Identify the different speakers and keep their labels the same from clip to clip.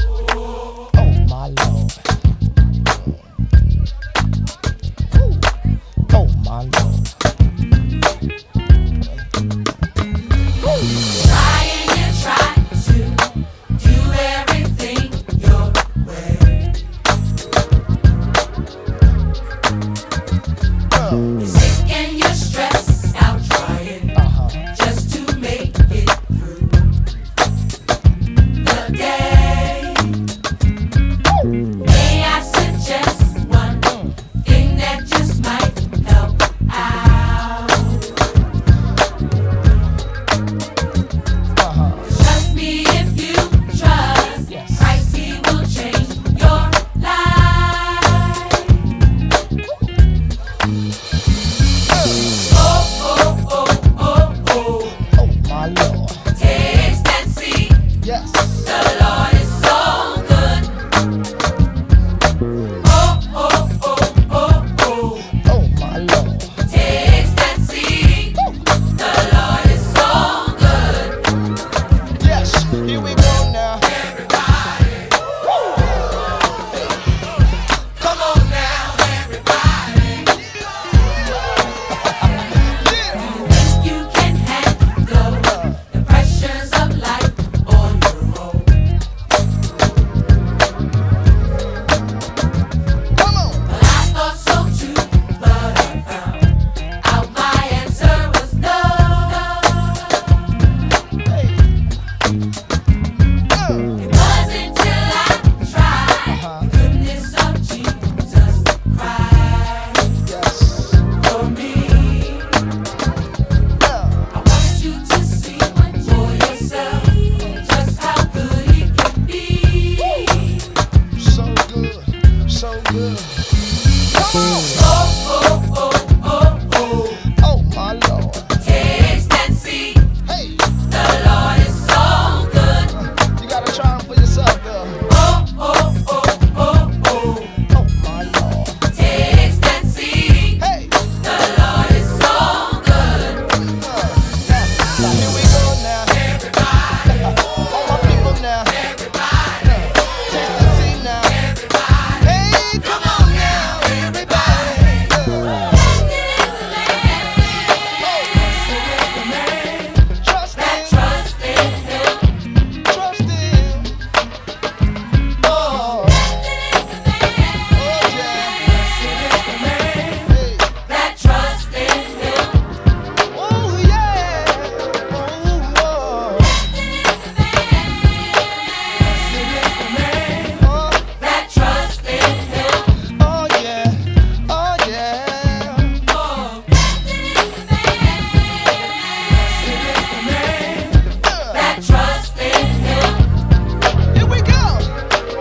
Speaker 1: Oh, Oh, Mal.
Speaker 2: Trying and trying to do everything your way. You're sick and you're stressed out trying
Speaker 1: Aha.
Speaker 2: just to make it through the day. May I suggest one thing that just might help out?
Speaker 1: Aha.
Speaker 2: Trust me if you trust.
Speaker 1: Yes.
Speaker 2: Christ, He will change your life. Oh, oh, oh, oh, oh.
Speaker 1: Oh my lord.
Speaker 2: Taste and see
Speaker 1: Yes.
Speaker 2: the Lord is so good. Oh, oh, oh, oh, oh.
Speaker 1: Oh my lord.
Speaker 2: Taste and see the Lord is so good.
Speaker 1: Yes. Here we go now.
Speaker 2: Everybody,
Speaker 1: Come on now.
Speaker 2: now everybody.
Speaker 1: Yeah.
Speaker 2: You think you can handle the pressures of life on your own?
Speaker 1: Come on.
Speaker 2: Well, I thought so too, but I found out my answer was no.
Speaker 1: Hey. Uh,
Speaker 2: It wasn't till I tried the goodness of Jesus Christ
Speaker 1: yes.
Speaker 2: for me.
Speaker 1: Uh,
Speaker 2: I want you to see for yourself just how good it can be.
Speaker 1: so good. So good. Come on.
Speaker 2: Oh, oh, oh, oh, oh.
Speaker 1: Oh my lord.
Speaker 2: Taste and see.
Speaker 1: Hey.
Speaker 2: The Lord is so good.
Speaker 1: You gotta try 'em for yourself, girl.
Speaker 2: Oh, oh, oh, oh, oh.
Speaker 1: Oh my lord.
Speaker 2: Taste and see.
Speaker 1: Hey.
Speaker 2: The Lord is so good.
Speaker 1: Uh, now, here we go now. All my people now. Taste and see now. Hey, come on now, everybody.
Speaker 2: Trusting is the man. Blessed is the man
Speaker 1: Trust
Speaker 2: that
Speaker 1: in,
Speaker 2: trusts in Him.
Speaker 1: trust in. Oh,
Speaker 2: Blessed is the man.
Speaker 1: oh yeah.
Speaker 2: Blessed is the man
Speaker 1: Hey.
Speaker 2: that trusts in Him.
Speaker 1: Oh yeah. Oh, oh.
Speaker 2: Blessed is the man
Speaker 1: Oh,
Speaker 2: that trusts in Him.
Speaker 1: oh yeah. Oh yeah.
Speaker 2: Oh, blessed is the man.
Speaker 1: Uh.
Speaker 2: that trust in him.
Speaker 1: Here we go.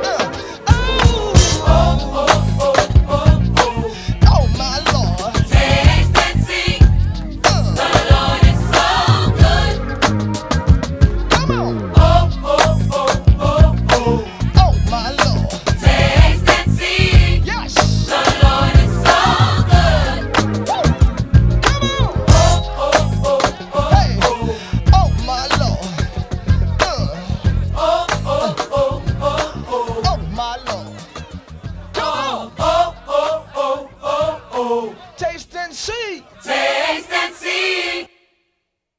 Speaker 1: Uh, oh,
Speaker 2: Oh, oh, oh, oh.
Speaker 1: oh my lord.
Speaker 2: Taste and see,
Speaker 1: Uh,
Speaker 2: the Lord is so good.
Speaker 1: come on.
Speaker 2: Oh, oh, oh, oh, oh.
Speaker 1: Oh my lord.
Speaker 2: Taste and see,
Speaker 1: Yes.
Speaker 2: the Lord is so good.
Speaker 1: Woo. Come on.
Speaker 2: Oh, oh, oh,
Speaker 1: Hey.
Speaker 2: oh, oh.
Speaker 1: Oh my lord. Uh,
Speaker 2: Oh, oh, oh, oh, oh.
Speaker 1: oh my lord. Come on.
Speaker 2: Oh, oh, oh, oh, oh, oh.
Speaker 1: Taste and see.
Speaker 2: Taste and see.